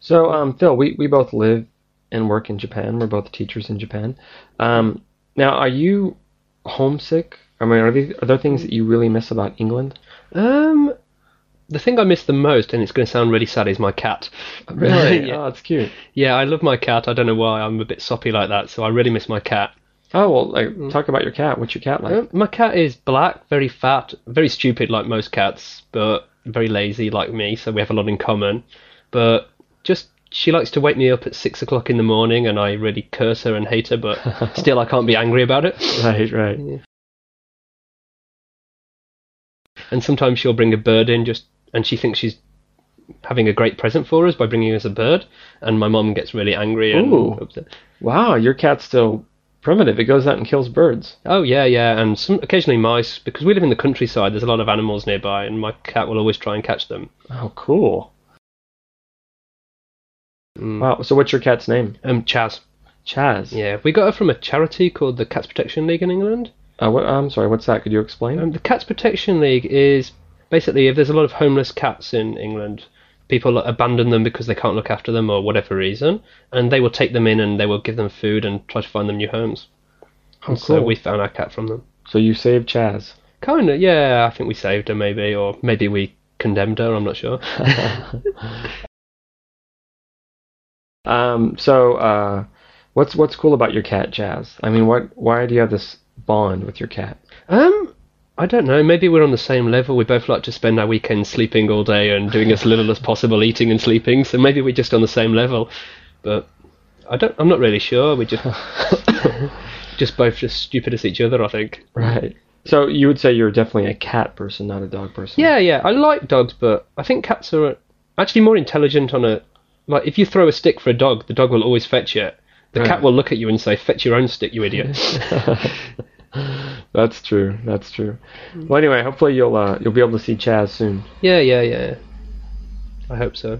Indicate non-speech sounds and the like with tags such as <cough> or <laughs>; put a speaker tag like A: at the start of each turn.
A: So, um, Phil, we, we both live and work in Japan. We're both teachers in Japan. Um, now, are you homesick? I mean, are, these, are there things that you really miss about England?
B: Um, the thing I miss the most, and it's going to sound really sad, is my cat.
A: yeah.
B: <laughs>
A: <laughs>
B: yeah.
A: Oh, it's cute.
B: yeah, I love my cat. I don't know why. I'm a bit soppy like that, so I really miss my cat.
A: Oh, well,
B: Mm.
A: like, talk about your cat. What's your cat like?
B: Uh, my cat is black, very fat, very stupid like most cats, but very lazy like me, so we have a lot in common. But just she likes to wake me up at six o'clock in the morning, and I really curse her and hate her, but
A: <laughs>
B: still I can't be angry about it. <laughs>
A: Right, right.
B: And sometimes she'll bring a bird in just, and she thinks she's having a great present for us by bringing us a bird, and my mum gets really angry and
A: Ooh.
B: upset.
A: Wow, your cat's still primitive. It goes out and kills birds.
B: Oh yeah, yeah, and some occasionally mice because we live in the countryside. There's a lot of animals nearby, and my cat will always try and catch them.
A: Oh, cool.
B: Mm.
A: Wow. So, what's your cat's name?
B: Um, Chaz.
A: Chaz.
B: Yeah, we got her from a charity called the Cats Protection League in England.
A: Uh, what, I'm sorry. What's that? Could you explain?
B: Um, the Cats Protection League is basically if there's a lot of homeless cats in England, people abandon them because they can't look after them or whatever reason, and they will take them in and they will give them food and try to find them new homes.
A: oh, cool.
B: And So we found our cat from them.
A: So you saved Chaz.
B: Kind of, yeah. I think we saved her maybe, or maybe we condemned her. I'm not sure.
A: <laughs> Um. So, uh, what's what's cool about your cat, Chaz? I mean, what? Why do you have this bond with your cat?
B: Um, I don't know. Maybe we're on the same level. We both like to spend our weekends sleeping all day and doing as little as possible, eating and sleeping. So maybe we're just on the same level. But I don't. I'm not really sure. We <laughs> just just both just stupid as each other. I think.
A: Right. So you would say you're definitely a cat person, not a dog person.
B: Yeah, yeah. I like dogs, but I think cats are actually more intelligent on a. Like, if you throw a stick for a dog, the dog will always fetch it. The
A: Right.
B: cat will look at you and say, "Fetch your own stick, you idiot."
A: <laughs> That's true. That's true. Well, anyway, hopefully you'll uh, you'll be able to see Chaz soon.
B: yeah, yeah, yeah. I hope so.